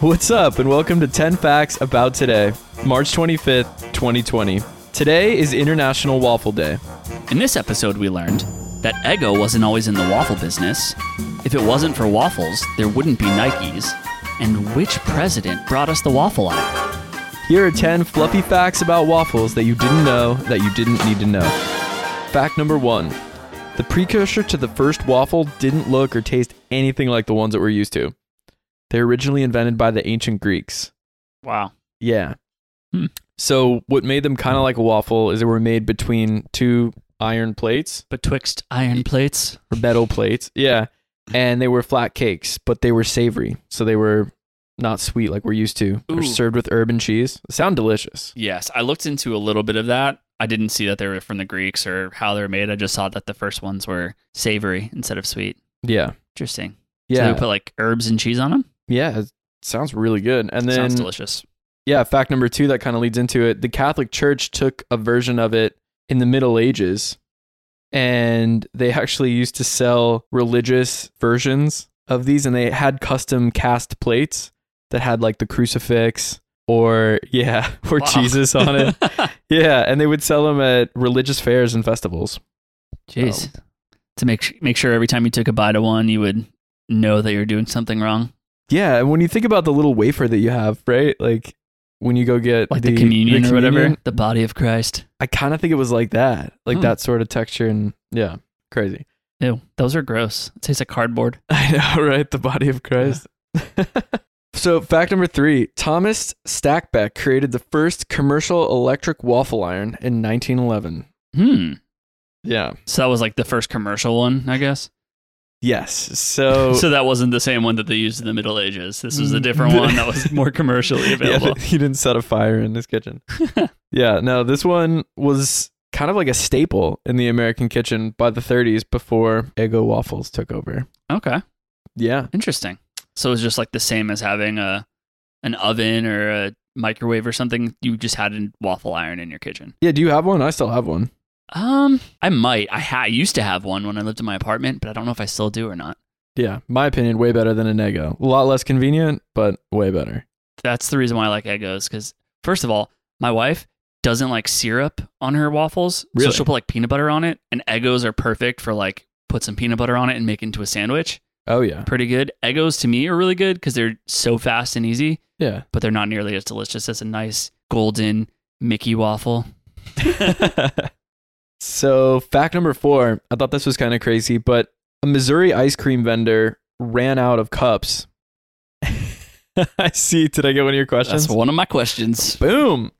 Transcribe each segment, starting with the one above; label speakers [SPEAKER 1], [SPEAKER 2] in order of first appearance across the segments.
[SPEAKER 1] What's up, and welcome to 10 Facts About Today, March 25th, 2020. Today is International Waffle Day.
[SPEAKER 2] In this episode, we learned that Eggo wasn't always in the waffle business. If it wasn't for waffles, there wouldn't be Nikes. And which president brought us the waffle aisle?
[SPEAKER 1] Here are 10 fluffy facts about waffles that you didn't know that you didn't need to know. Fact number one the precursor to the first waffle didn't look or taste anything like the ones that we're used to. They were originally invented by the ancient Greeks.
[SPEAKER 2] Wow.
[SPEAKER 1] Yeah.
[SPEAKER 2] Hmm.
[SPEAKER 1] So, what made them kind of like a waffle is they were made between two iron plates.
[SPEAKER 2] Betwixt iron plates.
[SPEAKER 1] or metal plates. Yeah. And they were flat cakes, but they were savory. So they were not sweet like we're used to. They were
[SPEAKER 2] Ooh.
[SPEAKER 1] served with herb and cheese. Sound delicious.
[SPEAKER 2] Yes, I looked into a little bit of that. I didn't see that they were from the Greeks or how they were made. I just saw that the first ones were savory instead of sweet.
[SPEAKER 1] Yeah.
[SPEAKER 2] Interesting. So
[SPEAKER 1] Yeah.
[SPEAKER 2] they put like herbs and cheese on them?
[SPEAKER 1] yeah. it Sounds really good. And then,
[SPEAKER 2] Sounds delicious.
[SPEAKER 1] yeah, fact number two that kind of leads into it the Catholic Church took a version of it in the Middle Ages, and they actually used to sell religious versions of these, and they had custom cast plates that had like the crucifix or, yeah, or
[SPEAKER 2] Wow.
[SPEAKER 1] Jesus on it. Yeah, and they would sell them at religious fairs and festivals.
[SPEAKER 2] Jeez.
[SPEAKER 1] Oh.
[SPEAKER 2] To make su- make sure every time you took a bite of one, you would know that you're doing something wrong,
[SPEAKER 1] Yeah, and when you think about the little wafer that you have, right? Like when you go get
[SPEAKER 2] like the, communion
[SPEAKER 1] the
[SPEAKER 2] or whatever,
[SPEAKER 1] communion,
[SPEAKER 2] the body of Christ.
[SPEAKER 1] I kind of think it was like that, like
[SPEAKER 2] Hmm.
[SPEAKER 1] that sort of texture, and yeah, crazy.
[SPEAKER 2] Ew, those are gross. It tastes like cardboard.
[SPEAKER 1] I know, right? The body of Christ. so, fact number three: Thomas Stackbeck created the first commercial electric waffle iron in 1911.
[SPEAKER 2] Hmm.
[SPEAKER 1] Yeah.
[SPEAKER 2] So that was like the first commercial one, I guess.
[SPEAKER 1] Yes. So.
[SPEAKER 2] So that wasn't the same one that they used in the Middle Ages. This was a different one that was more commercially
[SPEAKER 1] Yeah,
[SPEAKER 2] available.
[SPEAKER 1] he didn't set a fire in his kitchen. yeah, no, this one was kind of like a staple in the American kitchen by the 30s before Eggo waffles took over.
[SPEAKER 2] okay.
[SPEAKER 1] Yeah.
[SPEAKER 2] Interesting. So it was just like the same as having a an oven or a microwave or something. You just had a waffle iron in your kitchen.
[SPEAKER 1] Yeah, do you have one? I still have one.
[SPEAKER 2] Um, I might. I, ha- I used to have one when I lived in my apartment, but I don't know if I still do or not.
[SPEAKER 1] Yeah, my opinion, way better than an Eggo. A lot less convenient, but way better.
[SPEAKER 2] That's the reason why I like Eggos because first of all, my wife doesn't like syrup on her waffles,
[SPEAKER 1] Really?
[SPEAKER 2] so she'll put like peanut butter on it, and Eggos are perfect for like put some peanut butter on it and make it into a sandwich.
[SPEAKER 1] Oh, yeah.
[SPEAKER 2] Pretty good. Eggos to me are really good because they're so fast and easy,
[SPEAKER 1] Yeah.
[SPEAKER 2] but they're not nearly as delicious as a nice golden Mickey waffle.
[SPEAKER 1] so, fact number four I thought this was kind of crazy, but a Missouri ice cream vendor ran out of cups. I see. Did I get one of your questions?
[SPEAKER 2] That's one of my questions.
[SPEAKER 1] Boom.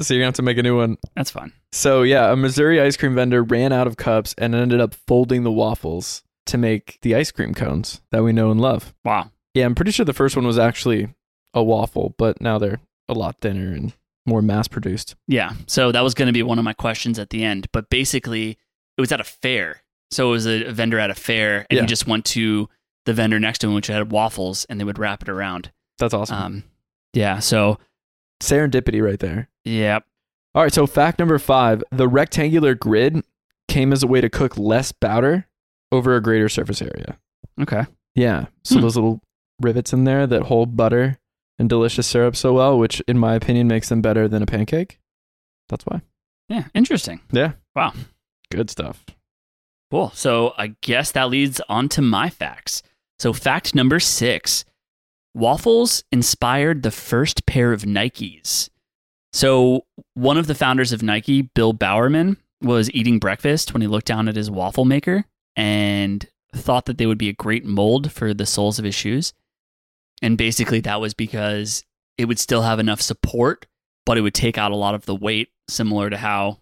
[SPEAKER 1] So you're gonna have to make a new one.
[SPEAKER 2] That's fine.
[SPEAKER 1] So yeah, a Missouri ice cream vendor ran out of cups and ended up folding the waffles to make the ice cream cones that we know and love.
[SPEAKER 2] Wow.
[SPEAKER 1] Yeah, I'm pretty sure the first one was actually a waffle, but now they're a lot thinner and more mass produced.
[SPEAKER 2] Yeah. So that was going to be one of my questions at the end. But basically, it was at a fair. So it was a vendor at a fair, and
[SPEAKER 1] Yeah.
[SPEAKER 2] you just went to the vendor next to him, which had waffles, and they would wrap it around.
[SPEAKER 1] That's awesome.
[SPEAKER 2] Um, yeah. So,
[SPEAKER 1] Serendipity right there.
[SPEAKER 2] yeah.
[SPEAKER 1] All right, so fact number 5, the rectangular grid came as a way to cook less batter over a greater surface area.
[SPEAKER 2] Okay.
[SPEAKER 1] Yeah. So
[SPEAKER 2] Hmm.
[SPEAKER 1] those little rivets in there that hold butter and delicious syrup so well, which in my opinion makes them better than a pancake. That's why.
[SPEAKER 2] Yeah. Interesting.
[SPEAKER 1] Good stuff.
[SPEAKER 2] Cool. So I guess that leads on to my facts. So, fact number six waffles inspired the first pair of Nikes. So, one of the founders of Nike, Bill Bowerman, was eating breakfast when he looked down at his waffle maker and thought that they would be a great mold for the soles of his shoes. And basically, that was because it would still have enough support, but it would take out a lot of the weight, similar to how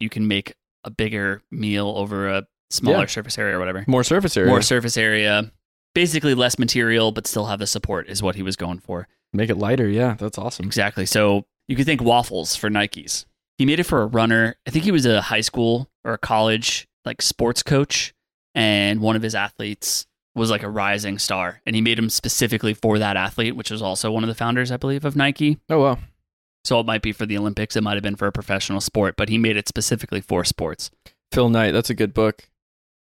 [SPEAKER 2] you can make a bigger meal over a smaller
[SPEAKER 1] Yeah.
[SPEAKER 2] surface area or whatever.
[SPEAKER 1] More surface area.
[SPEAKER 2] More surface area, basically less material, but still have the support is what he was going for.
[SPEAKER 1] Make it lighter. Yeah, that's awesome.
[SPEAKER 2] Exactly. So you could think waffles for Nikes. He made it for a runner. I think he was a high school or a college like sports coach, and one of his athletes was like a rising star, and he made them specifically for that athlete, which was also one of the founders, I believe, of Nike.
[SPEAKER 1] Oh wow.
[SPEAKER 2] So it might be for the Olympics, it might have been for a professional sport, but he made it specifically for sports.
[SPEAKER 1] Phil Knight, that's a good book.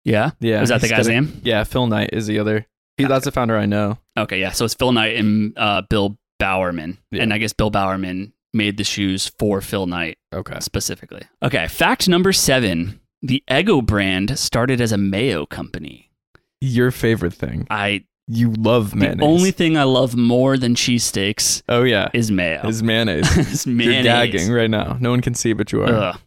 [SPEAKER 2] Yeah,
[SPEAKER 1] Yeah.
[SPEAKER 2] was that the
[SPEAKER 1] he's
[SPEAKER 2] guy's
[SPEAKER 1] got a-
[SPEAKER 2] name?
[SPEAKER 1] Yeah, Phil Knight is the other He, that's a founder I know.
[SPEAKER 2] Okay, yeah. So it's Phil Knight and uh, Bill Bowerman,
[SPEAKER 1] Yeah.
[SPEAKER 2] and I guess Bill Bowerman made the shoes for Phil Knight
[SPEAKER 1] Okay.
[SPEAKER 2] specifically. Okay, fact number seven: the Eggo brand started as a mayo company.
[SPEAKER 1] Your favorite thing.
[SPEAKER 2] I
[SPEAKER 1] You love mayonnaise.
[SPEAKER 2] the only thing I love more than cheesesteaks
[SPEAKER 1] oh yeah,
[SPEAKER 2] is mayo.
[SPEAKER 1] is mayonnaise.
[SPEAKER 2] It's
[SPEAKER 1] You're
[SPEAKER 2] mayonnaise.
[SPEAKER 1] gagging right now. No one can see, but you are.
[SPEAKER 2] Ugh.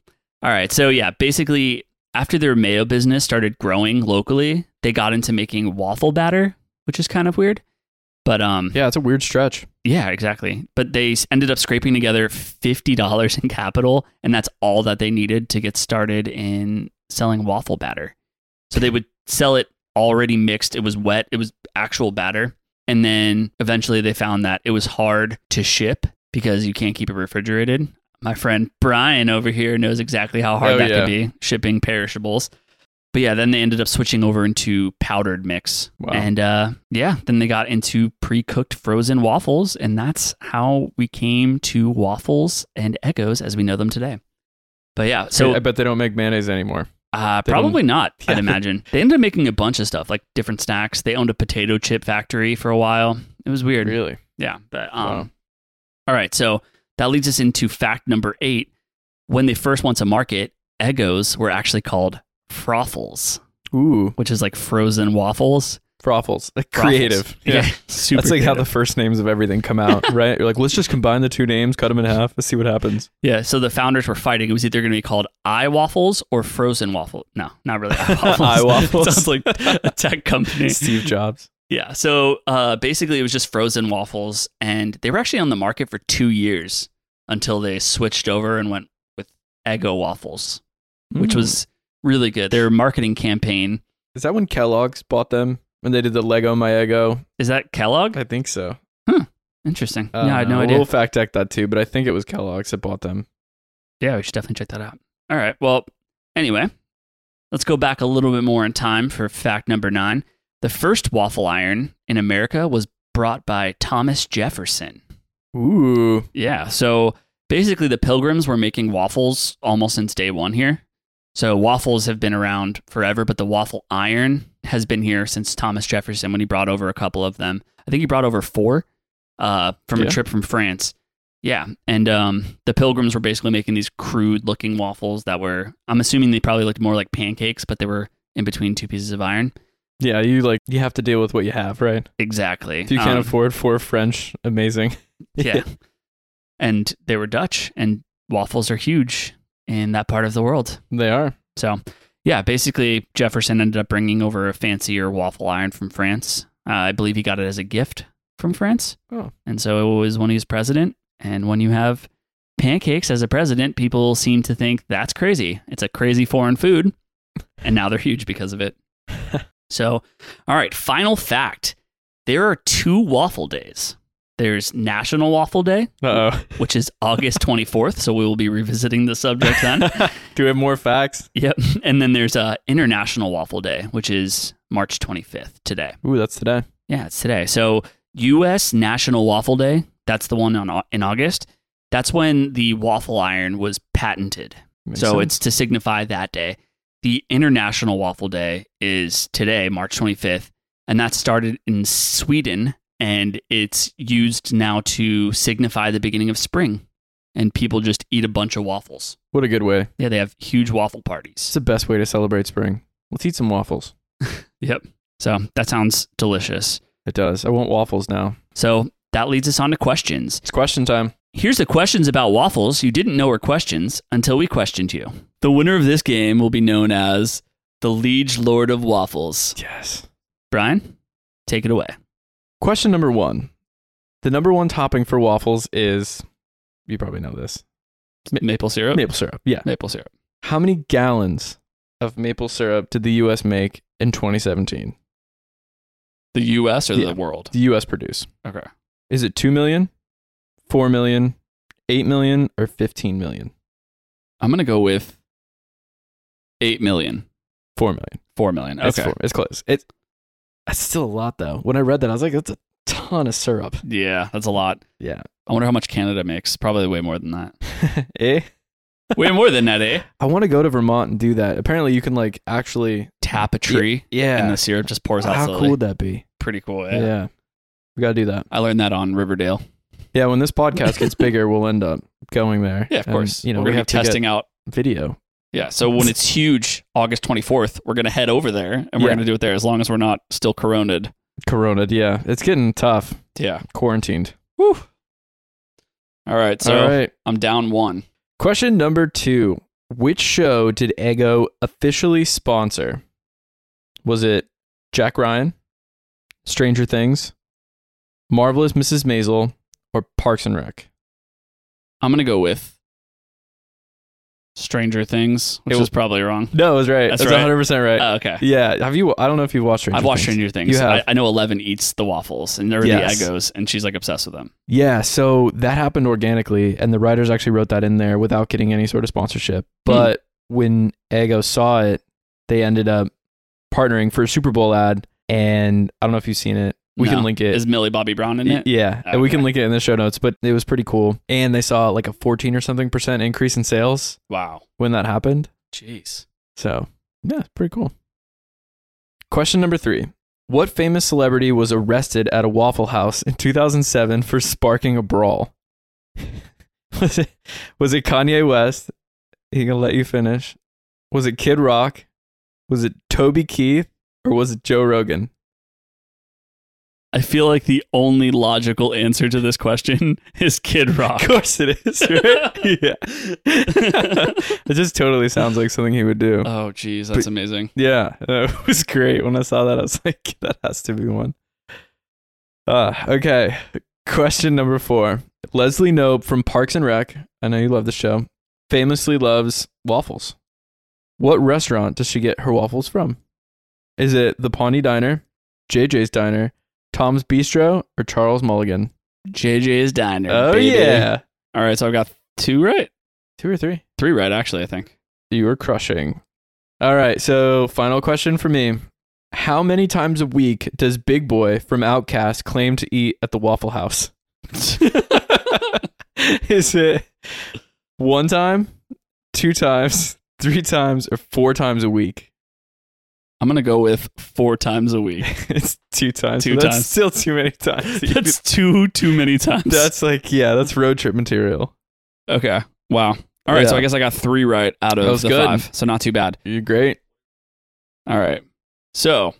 [SPEAKER 2] All right. So yeah, basically after their mayo business started growing locally, they got into making waffle batter, which is kind of weird. But um yeah,
[SPEAKER 1] Yeah, it's a weird stretch.
[SPEAKER 2] exactly. But they s- ended up scraping together $50 in capital, and that's all that they needed to get started in selling waffle batter. So they would sell it already mixed, it was wet, it was actual batter. And then eventually they found that it was hard to ship because you can't keep it refrigerated. My friend Brian over here knows exactly how hard
[SPEAKER 1] Oh,
[SPEAKER 2] that
[SPEAKER 1] yeah.
[SPEAKER 2] could be shipping perishables. But yeah, then they ended up switching over into powdered mix.
[SPEAKER 1] Wow.
[SPEAKER 2] And uh, yeah, then they got into pre cooked frozen waffles. And that's how we came to waffles and Echoes as we know them today. But yeah, so
[SPEAKER 1] I bet they don't make mayonnaise anymore.
[SPEAKER 2] uh,
[SPEAKER 1] They don't-
[SPEAKER 2] probably not, I'd
[SPEAKER 1] Yeah.
[SPEAKER 2] imagine. They ended up making a bunch of stuff, like different snacks. They owned a potato chip factory for a while. It was weird.
[SPEAKER 1] Really?
[SPEAKER 2] Yeah. But um
[SPEAKER 1] Wow.
[SPEAKER 2] all right, so that leads us into fact number eight. When they first went to market, Egos were actually called frothels,
[SPEAKER 1] Ooh,
[SPEAKER 2] which is like frozen waffles.
[SPEAKER 1] frothles. Like,
[SPEAKER 2] Frothels.
[SPEAKER 1] Creative.
[SPEAKER 2] Yeah. Super
[SPEAKER 1] That's like how the
[SPEAKER 2] creative.
[SPEAKER 1] first names of everything come out, right? You're like, let's just combine the two names, cut them in half, let's see what happens.
[SPEAKER 2] Yeah, so the founders were fighting. It was either gonna be called eye waffles or frozen waffle. No, not really eye waffles.
[SPEAKER 1] Eye waffles.
[SPEAKER 2] Sounds like a tech company.
[SPEAKER 1] Steve Jobs.
[SPEAKER 2] Yeah. So uh, basically, it was just frozen waffles, and they were actually on the market for two years until they switched over and went with Eggo waffles, which
[SPEAKER 1] Mm.
[SPEAKER 2] was really good. Their marketing campaign
[SPEAKER 1] Is that when Kellogg's bought them? When they did the Lego My Ego?
[SPEAKER 2] is that Kellogg?
[SPEAKER 1] I think so.
[SPEAKER 2] Interesting.
[SPEAKER 1] Uh,
[SPEAKER 2] yeah, I had no idea.
[SPEAKER 1] We'll fact check that too, but I think it was Kellogg's that bought them.
[SPEAKER 2] Yeah, we should definitely check that out. All right. Well, anyway, let's go back a little bit more in time for fact number nine. The first waffle iron in America was brought by Thomas Jefferson.
[SPEAKER 1] Ooh.
[SPEAKER 2] Yeah. So basically, the pilgrims were making waffles almost since day one here. So waffles have been around forever, but the waffle iron has been here since Thomas Jefferson when he brought over a couple of them. I think he brought over four uh, from
[SPEAKER 1] Yeah.
[SPEAKER 2] a trip from France. Yeah, and um, the pilgrims were basically making these crude-looking waffles that were. I'm assuming they probably looked more like pancakes, but they were in between two pieces of iron.
[SPEAKER 1] Yeah, you like you have to deal with what you have, right?
[SPEAKER 2] Exactly.
[SPEAKER 1] If you can't
[SPEAKER 2] Um,
[SPEAKER 1] afford four French, amazing.
[SPEAKER 2] yeah. And they were Dutch, and waffles are huge in that part of the world.
[SPEAKER 1] they are.
[SPEAKER 2] So, yeah, basically, Jefferson ended up bringing over a fancier waffle iron from France. Uh, I believe he got it as a gift from France.
[SPEAKER 1] Oh.
[SPEAKER 2] And so it was when he was president. And when you have pancakes as a president, people seem to think that's crazy. It's a crazy foreign food. And now they're huge because of it. so, all right, final fact there are two waffle days there's National Waffle Day,
[SPEAKER 1] Uh oh.
[SPEAKER 2] which is August 24th. So we will be revisiting the subject then.
[SPEAKER 1] Do we have more facts?
[SPEAKER 2] Yep. And then there's uh, International Waffle Day, which is March 25th today.
[SPEAKER 1] Ooh, that's today.
[SPEAKER 2] Yeah, it's today. So U.S. National Waffle Day, that's the one on, au- in August. That's when the waffle iron was patented.
[SPEAKER 1] Makes
[SPEAKER 2] so
[SPEAKER 1] sense.
[SPEAKER 2] it's to signify that day. The International Waffle Day is today, March 25th, and that started in Sweden and it's used now to signify the beginning of spring. And people just eat a bunch of waffles.
[SPEAKER 1] what a good way.
[SPEAKER 2] Yeah, they have huge waffle
[SPEAKER 1] It's
[SPEAKER 2] parties.
[SPEAKER 1] the best way to celebrate spring. Let's eat some waffles.
[SPEAKER 2] So that sounds delicious.
[SPEAKER 1] It does. I want waffles now.
[SPEAKER 2] So that leads us on to questions.
[SPEAKER 1] It's question time.
[SPEAKER 2] Here's the questions about waffles you didn't know were questions until we questioned you. The winner of this game will be known as the Liege Lord of Waffles.
[SPEAKER 1] Yes.
[SPEAKER 2] Brian, take it away.
[SPEAKER 1] Question number one. The number one topping for waffles is, you probably know this,
[SPEAKER 2] Ma- maple syrup?
[SPEAKER 1] maple syrup. Yeah.
[SPEAKER 2] Maple syrup.
[SPEAKER 1] How many gallons of maple syrup did the U.S. make in 2017?
[SPEAKER 2] The US or
[SPEAKER 1] Yeah.
[SPEAKER 2] the world?
[SPEAKER 1] The U.S. produce.
[SPEAKER 2] Okay.
[SPEAKER 1] Is it 2 million, 4 million, 8 million, or 15 million?
[SPEAKER 2] I'm going to go with 8 million.
[SPEAKER 1] 4 million.
[SPEAKER 2] 4 million.
[SPEAKER 1] It's,
[SPEAKER 2] Okay.
[SPEAKER 1] four, it's close. It, that's still a lot, though. When I read that, I was like, that's a ton of syrup.
[SPEAKER 2] Yeah, that's a lot.
[SPEAKER 1] Yeah.
[SPEAKER 2] I wonder how much Canada makes. Probably way more than that.
[SPEAKER 1] eh?
[SPEAKER 2] way more than that, eh?
[SPEAKER 1] I want to go to Vermont and do that. Apparently, you can like actually.
[SPEAKER 2] Tap a tree
[SPEAKER 1] Yeah.
[SPEAKER 2] and the syrup just pours out
[SPEAKER 1] How
[SPEAKER 2] slowly.
[SPEAKER 1] cool would that be?
[SPEAKER 2] pretty cool.
[SPEAKER 1] Yeah. We got to do that.
[SPEAKER 2] I learned that on Riverdale.
[SPEAKER 1] Yeah. When this podcast gets bigger, we'll end up going there.
[SPEAKER 2] Yeah, of
[SPEAKER 1] And,
[SPEAKER 2] course.
[SPEAKER 1] You know,
[SPEAKER 2] we're
[SPEAKER 1] we
[SPEAKER 2] gonna
[SPEAKER 1] have
[SPEAKER 2] be testing out.
[SPEAKER 1] to get video.
[SPEAKER 2] Yeah, so when it's huge, August twenty fourth, we're gonna head over there and we're
[SPEAKER 1] Yeah.
[SPEAKER 2] gonna do it there as long as we're not still coroned.
[SPEAKER 1] Corona. Yeah. It's getting tough.
[SPEAKER 2] Yeah.
[SPEAKER 1] Quarantined.
[SPEAKER 2] Woo. All right. So
[SPEAKER 1] All right.
[SPEAKER 2] I'm down one.
[SPEAKER 1] Question number two Which show did Ego officially sponsor? Was it Jack Ryan, Stranger Things, Marvelous Mrs. Maisel, or Parks and Rec?
[SPEAKER 2] I'm gonna go with Stranger Things, which
[SPEAKER 1] It
[SPEAKER 2] is
[SPEAKER 1] was-
[SPEAKER 2] probably wrong.
[SPEAKER 1] No, it was right.
[SPEAKER 2] That's
[SPEAKER 1] That's,
[SPEAKER 2] right.
[SPEAKER 1] 100% right.
[SPEAKER 2] Oh, okay.
[SPEAKER 1] yeah. Have you? I don't know if you've watched Stranger
[SPEAKER 2] I've watched
[SPEAKER 1] Things.
[SPEAKER 2] Stranger Things.
[SPEAKER 1] You have.
[SPEAKER 2] I, I know Eleven eats the waffles and they're
[SPEAKER 1] Yes.
[SPEAKER 2] the Eggos, and she's like obsessed with them.
[SPEAKER 1] Yeah, so that happened organically, and the writers actually wrote that in there without getting any sort of sponsorship.
[SPEAKER 2] Hmm.
[SPEAKER 1] But when Ego saw it, they ended up partnering for a Super Bowl ad, and I don't know if you've seen it. We
[SPEAKER 2] No.
[SPEAKER 1] can link it.
[SPEAKER 2] Is Millie Bobby Brown in
[SPEAKER 1] Y-
[SPEAKER 2] it?
[SPEAKER 1] Yeah, and we can
[SPEAKER 2] Okay.
[SPEAKER 1] link it in the show notes. But it was pretty cool, and they saw like a fourteen or something percent increase in sales
[SPEAKER 2] Wow.
[SPEAKER 1] when that happened.
[SPEAKER 2] Jeez.
[SPEAKER 1] So yeah, it's pretty cool. Question number three. What famous celebrity was arrested at a Waffle House in 2007 for sparking a brawl? was, it, was it Kanye West? He gonna let you finish. Was it Kid Rock? Was it Toby Keith? Or was it Joe Rogan?
[SPEAKER 2] I feel like the only logical answer to this question is Kid Rock. Oh,
[SPEAKER 1] Of course it is. right? yeah. it just totally sounds like something he would do.
[SPEAKER 2] Oh, geez, that's amazing.
[SPEAKER 1] Yeah, that was great. When I saw that, I was like, that has to be one. Uh, okay. Question number four. Leslie Nope from Parks and Rec, I know you love the show, famously loves waffles. What restaurant does she get her waffles from? Is it the Pawnee Diner, JJ's Diner, Tom's Bistro, or Charles Mulligan?
[SPEAKER 2] JJ's Diner.
[SPEAKER 1] Oh,
[SPEAKER 2] baby.
[SPEAKER 1] yeah.
[SPEAKER 2] All right, so I've got two right,
[SPEAKER 1] Two or three.
[SPEAKER 2] three right actually. I think.
[SPEAKER 1] You are crushing. All right, so final question for me. How many times a week does Big Boy from Outcast claim to eat at the Waffle House? Is it one time, two times, three times, or four times a week?
[SPEAKER 2] I'm gonna go with four times a week.
[SPEAKER 1] It's two times.
[SPEAKER 2] Two
[SPEAKER 1] but that's
[SPEAKER 2] times.
[SPEAKER 1] still too many times.
[SPEAKER 2] That's too too many times.
[SPEAKER 1] that's like, yeah, that's road trip material.
[SPEAKER 2] okay. Wow. All right, so
[SPEAKER 1] Yeah.
[SPEAKER 2] I guess I got three right out
[SPEAKER 1] That
[SPEAKER 2] of
[SPEAKER 1] was
[SPEAKER 2] the
[SPEAKER 1] good.
[SPEAKER 2] five, so not too bad.
[SPEAKER 1] You're great.
[SPEAKER 2] All right. So,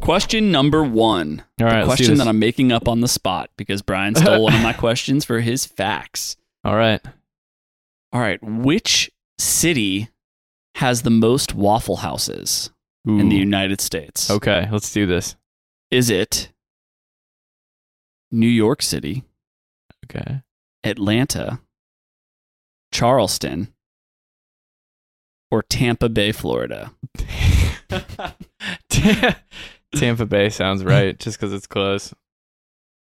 [SPEAKER 2] question number one.
[SPEAKER 1] All
[SPEAKER 2] the
[SPEAKER 1] right, let's do
[SPEAKER 2] question
[SPEAKER 1] this.
[SPEAKER 2] that I'm making up on the spot because Brian stole one of my questions for his facts.
[SPEAKER 1] All right.
[SPEAKER 2] All right. Which city has the most waffle houses in the
[SPEAKER 1] Ooh.
[SPEAKER 2] United States?
[SPEAKER 1] okay, let's do this.
[SPEAKER 2] Is it New York City,
[SPEAKER 1] Okay.
[SPEAKER 2] Atlanta, Charleston, or Tampa Bay, Florida?
[SPEAKER 1] Tampa Bay sounds right, just because it's close.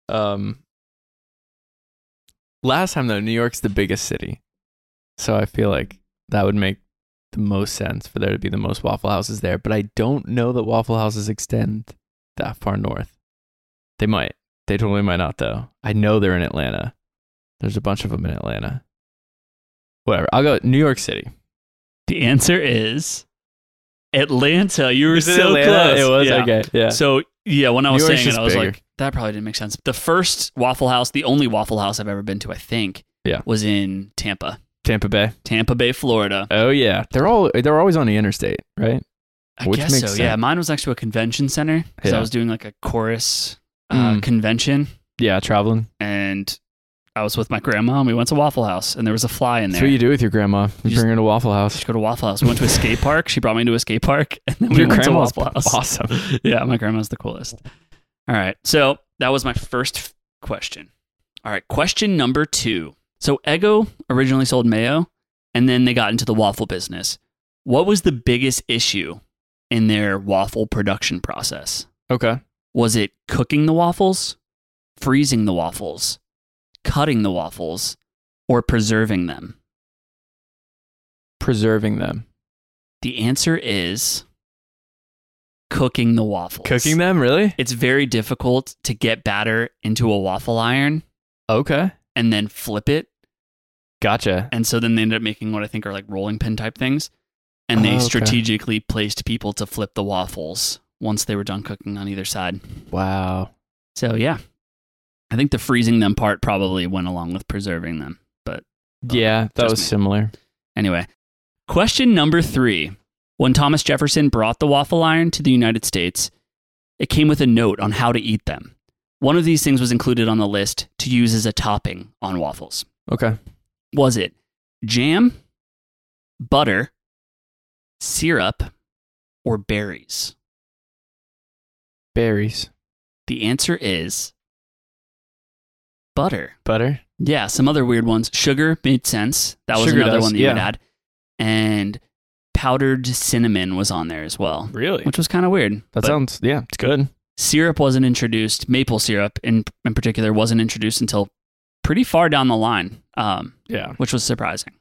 [SPEAKER 1] Um, last time though, New York's the biggest city, so I feel like that would make the most sense for there to be the most Waffle Houses there. But I don't know that Waffle Houses extend that far north. They might. They totally might not though. I know they're in Atlanta. There's a bunch of them in Atlanta. Whatever. I'll go New York City.
[SPEAKER 2] The answer is Atlanta. You were
[SPEAKER 1] Is it
[SPEAKER 2] so
[SPEAKER 1] Atlanta?
[SPEAKER 2] close.
[SPEAKER 1] It was
[SPEAKER 2] Yeah.
[SPEAKER 1] okay. Yeah.
[SPEAKER 2] So yeah, when I was
[SPEAKER 1] New York's
[SPEAKER 2] saying it,
[SPEAKER 1] just
[SPEAKER 2] I was
[SPEAKER 1] bigger.
[SPEAKER 2] like, that probably didn't make sense. The first Waffle House, the only Waffle House I've ever been to, I think,
[SPEAKER 1] Yeah.
[SPEAKER 2] was in Tampa,
[SPEAKER 1] Tampa Bay.
[SPEAKER 2] Tampa Bay, Florida.
[SPEAKER 1] Oh yeah, they're all they're always on the interstate, right?
[SPEAKER 2] I
[SPEAKER 1] Which
[SPEAKER 2] guess
[SPEAKER 1] makes
[SPEAKER 2] so. Yeah,
[SPEAKER 1] sense.
[SPEAKER 2] mine was next to a convention center because I
[SPEAKER 1] Yeah.
[SPEAKER 2] was doing like a chorus uh,
[SPEAKER 1] Mm.
[SPEAKER 2] convention,
[SPEAKER 1] Yeah, traveling.
[SPEAKER 2] and I was with my grandma, and we went to Waffle House, and there was a fly in
[SPEAKER 1] That's
[SPEAKER 2] there.
[SPEAKER 1] what you do with your grandma. You,
[SPEAKER 2] You
[SPEAKER 1] bring her to Waffle
[SPEAKER 2] Just
[SPEAKER 1] House.
[SPEAKER 2] go to Waffle House. We went to a skate park. She brought me to a skate park, and then we
[SPEAKER 1] Your
[SPEAKER 2] went to
[SPEAKER 1] grandma's
[SPEAKER 2] Waffle House.
[SPEAKER 1] awesome.
[SPEAKER 2] yeah, my grandma's the coolest. All right. So that was my first f- question. All right. Question number two. So Eggo originally sold mayo and then they got into the waffle business. What was the biggest issue in their waffle production process?
[SPEAKER 1] Okay.
[SPEAKER 2] Was it cooking the waffles, freezing the waffles, cutting the waffles, or preserving them?
[SPEAKER 1] Preserving them.
[SPEAKER 2] The answer is cooking the waffles.
[SPEAKER 1] Cooking them, really?
[SPEAKER 2] it's very difficult to get batter into a waffle iron
[SPEAKER 1] Okay.
[SPEAKER 2] and then flip it.
[SPEAKER 1] Gotcha.
[SPEAKER 2] And so then they ended up making what I think are like rolling pin type things. And
[SPEAKER 1] Oh,
[SPEAKER 2] they
[SPEAKER 1] okay.
[SPEAKER 2] strategically placed people to flip the waffles once they were done cooking on either side.
[SPEAKER 1] Wow.
[SPEAKER 2] Oh, So yeah, I think the freezing them part probably went along with preserving them. But
[SPEAKER 1] yeah, that
[SPEAKER 2] just
[SPEAKER 1] was
[SPEAKER 2] me.
[SPEAKER 1] similar.
[SPEAKER 2] anyway, question number three. When Thomas Jefferson brought the waffle iron to the United States, it came with a note on how to eat them. One of these things was included on the list to use as a topping on waffles.
[SPEAKER 1] Okay.
[SPEAKER 2] Was it jam, butter, syrup, or berries?
[SPEAKER 1] Berries.
[SPEAKER 2] The answer is butter.
[SPEAKER 1] Butter.
[SPEAKER 2] Yeah, some other weird ones. Sugar made sense. That was
[SPEAKER 1] Sugar
[SPEAKER 2] another
[SPEAKER 1] does,
[SPEAKER 2] one that you would
[SPEAKER 1] yeah.
[SPEAKER 2] add. And powdered cinnamon was on there as well,
[SPEAKER 1] Really?
[SPEAKER 2] which was kind of weird.
[SPEAKER 1] That
[SPEAKER 2] But
[SPEAKER 1] sounds yeah, it's good.
[SPEAKER 2] syrup wasn't introduced. Maple syrup, in in particular, wasn't introduced until pretty far down the line, um,
[SPEAKER 1] Yeah.
[SPEAKER 2] which was surprising.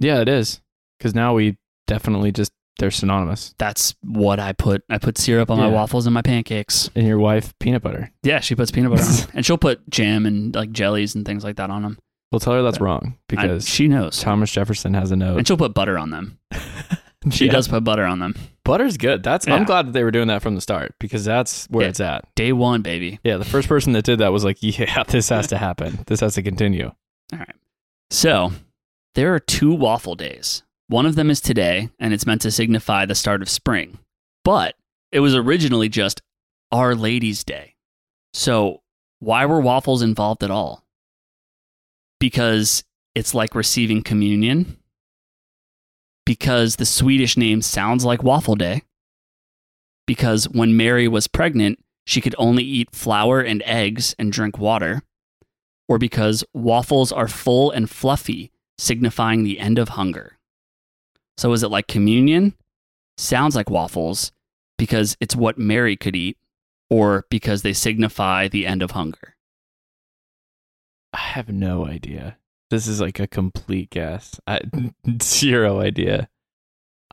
[SPEAKER 1] Yeah, it is. Cuz now we definitely just they're synonymous.
[SPEAKER 2] That's what I put. I put syrup on my
[SPEAKER 1] Yeah.
[SPEAKER 2] waffles and my pancakes.
[SPEAKER 1] And your wife peanut butter.
[SPEAKER 2] Yeah, she puts peanut butter on, 'em. and she'll put jam and like jellies and things like that on them.
[SPEAKER 1] Well, tell her that's
[SPEAKER 2] But
[SPEAKER 1] wrong because
[SPEAKER 2] she knows,
[SPEAKER 1] Thomas Jefferson has a
[SPEAKER 2] and
[SPEAKER 1] note.
[SPEAKER 2] she'll put butter on them. She
[SPEAKER 1] Yeah.
[SPEAKER 2] does put butter on them.
[SPEAKER 1] Butter's good. That's I'm
[SPEAKER 2] Yeah.
[SPEAKER 1] glad that they were doing that from the start because that's where
[SPEAKER 2] Yeah.
[SPEAKER 1] it's at.
[SPEAKER 2] Day one, baby.
[SPEAKER 1] Yeah, the first person that did that was like, yeah, this has to happen. This has to continue.
[SPEAKER 2] So, there are two waffle days. One of them is today, and it's meant to signify the start of spring. But it was originally just Our Lady's Day. So, why were waffles involved at all? Because it's like receiving communion. Because the Swedish name sounds like waffle day. Because when Mary was pregnant, she could only eat flour and eggs and drink water or because waffles are full and fluffy, signifying the end of hunger. So is it like communion? Sounds like waffles because it's what Mary could eat, or because they signify the end of hunger.
[SPEAKER 1] I have no idea. This is like a complete guess. I zero idea.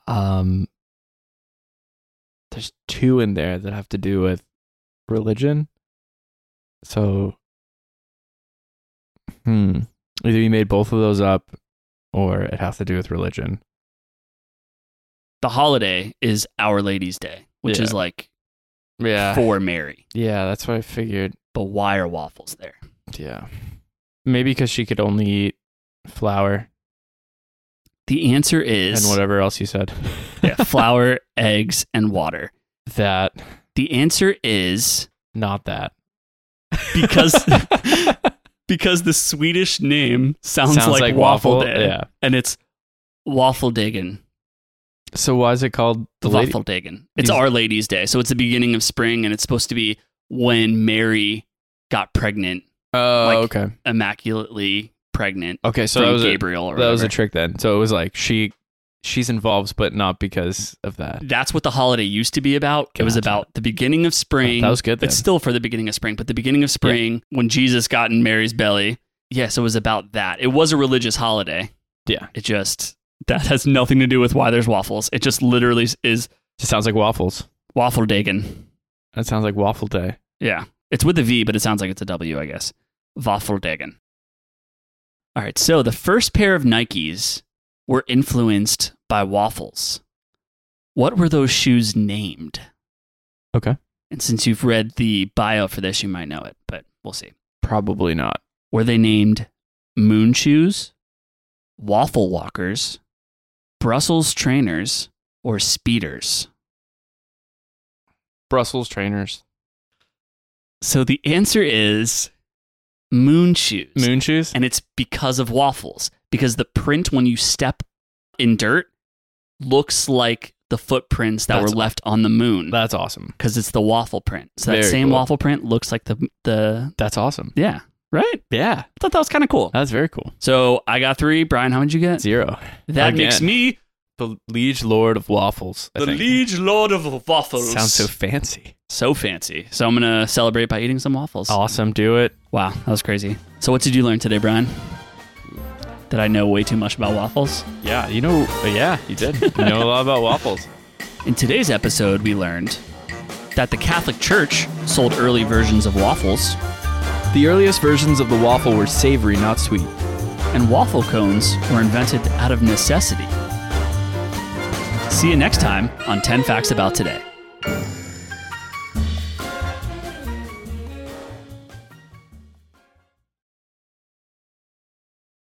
[SPEAKER 1] Um there's two in there that have to do with religion. So hmm. Either you made both of those up or it has to do with religion.
[SPEAKER 2] The holiday is Our Lady's Day, which is
[SPEAKER 1] Yeah.
[SPEAKER 2] like
[SPEAKER 1] Yeah.
[SPEAKER 2] for Mary.
[SPEAKER 1] Yeah, that's what I figured.
[SPEAKER 2] But why are waffles there?
[SPEAKER 1] Yeah. Maybe because she could only eat flour
[SPEAKER 2] The answer is
[SPEAKER 1] and whatever else you said.
[SPEAKER 2] Yeah, flour, eggs, and water.
[SPEAKER 1] that,
[SPEAKER 2] The answer is
[SPEAKER 1] not that.
[SPEAKER 2] because because the Swedish name sounds, like, waffle, day.
[SPEAKER 1] Yeah.
[SPEAKER 2] and it's waffle diggin
[SPEAKER 1] So why is it called the lady?
[SPEAKER 2] waffle diggin
[SPEAKER 1] These-
[SPEAKER 2] it's our lady's day so it's the beginning of spring and it's supposed to be when mary got pregnant
[SPEAKER 1] Oh,
[SPEAKER 2] like-
[SPEAKER 1] okay.
[SPEAKER 2] immaculately pregnant
[SPEAKER 1] Okay, so
[SPEAKER 2] from
[SPEAKER 1] that was a,
[SPEAKER 2] gabriel or
[SPEAKER 1] that was a
[SPEAKER 2] whatever.
[SPEAKER 1] trick then. So it was like she she's involved, but not because of that.
[SPEAKER 2] that's what the holiday used to be about it was
[SPEAKER 1] Gotcha.
[SPEAKER 2] about the beginning of spring
[SPEAKER 1] That was good. Then.
[SPEAKER 2] it's still for the beginning of spring but the beginning of spring when jesus got in mary's belly yes it was about that it was a religious holiday
[SPEAKER 1] Yeah.
[SPEAKER 2] it just that has nothing to do with why there's waffles it just literally is
[SPEAKER 1] It sounds like waffles.
[SPEAKER 2] waffle diggin
[SPEAKER 1] That sounds like waffle day.
[SPEAKER 2] Yeah. It's with a V, but it sounds like it's a W, I guess. Waffeldegen. All right. So the first pair of Nikes were influenced by waffles. What were those shoes named?
[SPEAKER 1] Okay.
[SPEAKER 2] And since you've read the bio for this, you might know it, but we'll see.
[SPEAKER 1] Probably not.
[SPEAKER 2] Were they named moon shoes, waffle walkers, Brussels trainers, or speeders?
[SPEAKER 1] Brussels trainers.
[SPEAKER 2] So the answer is moon shoes.
[SPEAKER 1] Moon shoes?
[SPEAKER 2] and it's because of waffles because the print when you step in dirt looks like the footprints that
[SPEAKER 1] That's-
[SPEAKER 2] were left on the moon
[SPEAKER 1] That's awesome.
[SPEAKER 2] because it's the waffle print so that
[SPEAKER 1] Very
[SPEAKER 2] same
[SPEAKER 1] cool.
[SPEAKER 2] waffle print looks like the the
[SPEAKER 1] That's awesome.
[SPEAKER 2] yeah right
[SPEAKER 1] Yeah.
[SPEAKER 2] i thought that was kind of cool
[SPEAKER 1] That's very cool.
[SPEAKER 2] so i got three brian how many did you get
[SPEAKER 1] Zero.
[SPEAKER 2] that makes
[SPEAKER 1] Again.
[SPEAKER 2] me
[SPEAKER 1] The liege lord of waffles. I
[SPEAKER 2] the
[SPEAKER 1] think.
[SPEAKER 2] liege lord of waffles
[SPEAKER 1] sounds so fancy.
[SPEAKER 2] so fancy so i'm gonna celebrate by eating some waffles
[SPEAKER 1] Awesome. Do it.
[SPEAKER 2] wow that was crazy so what did you learn today brian did i know way too much about waffles
[SPEAKER 1] Yeah. You know. Yeah. You did. you know a lot about waffles.
[SPEAKER 2] In today's episode, we learned that the Catholic Church sold early versions of waffles,
[SPEAKER 1] The earliest versions of the waffle were savory, not sweet.
[SPEAKER 2] and waffle cones were invented out of necessity. See you next time on 10 Facts About Today.